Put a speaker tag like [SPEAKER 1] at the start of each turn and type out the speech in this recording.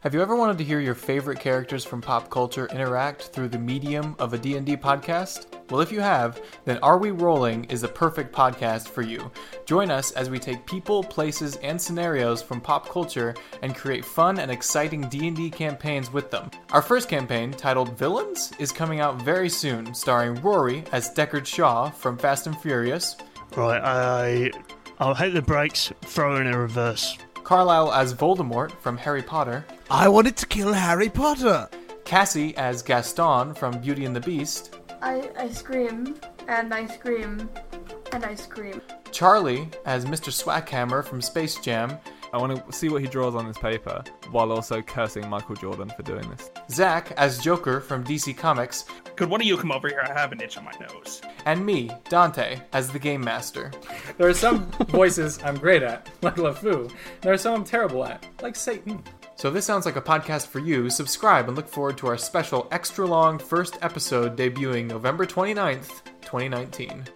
[SPEAKER 1] Have you ever wanted to hear your favorite characters from pop culture interact through the medium of a D&D podcast? Well, if you have, then Are We Rolling is the perfect podcast for you. Join us as we take people, places, and scenarios from pop culture and create fun and exciting D&D campaigns with them. Our first campaign, titled Villains, is coming out very soon, starring Rory as Deckard Shaw from Fast and Furious,
[SPEAKER 2] Right, I I'll hit the brakes, throw in a reverse.
[SPEAKER 1] Carlisle as Voldemort from Harry Potter,
[SPEAKER 3] I wanted to kill Harry Potter.
[SPEAKER 1] Cassie as Gaston from Beauty and the Beast,
[SPEAKER 4] I, I scream and I scream and I scream.
[SPEAKER 1] Charlie as Mr. Swackhammer from Space Jam,
[SPEAKER 5] I want to see what he draws on this paper while also cursing Michael Jordan for doing this.
[SPEAKER 1] Zach as Joker from DC Comics,
[SPEAKER 6] Could one of you come over here? I have an itch on my nose.
[SPEAKER 1] and me, Dante, as the Game Master.
[SPEAKER 7] There are some voices I'm great at, like LeFou. There are some I'm terrible at, like Satan.
[SPEAKER 1] So if this sounds like a podcast for you, subscribe and look forward to our special extra long first episode debuting November 29th, 2019.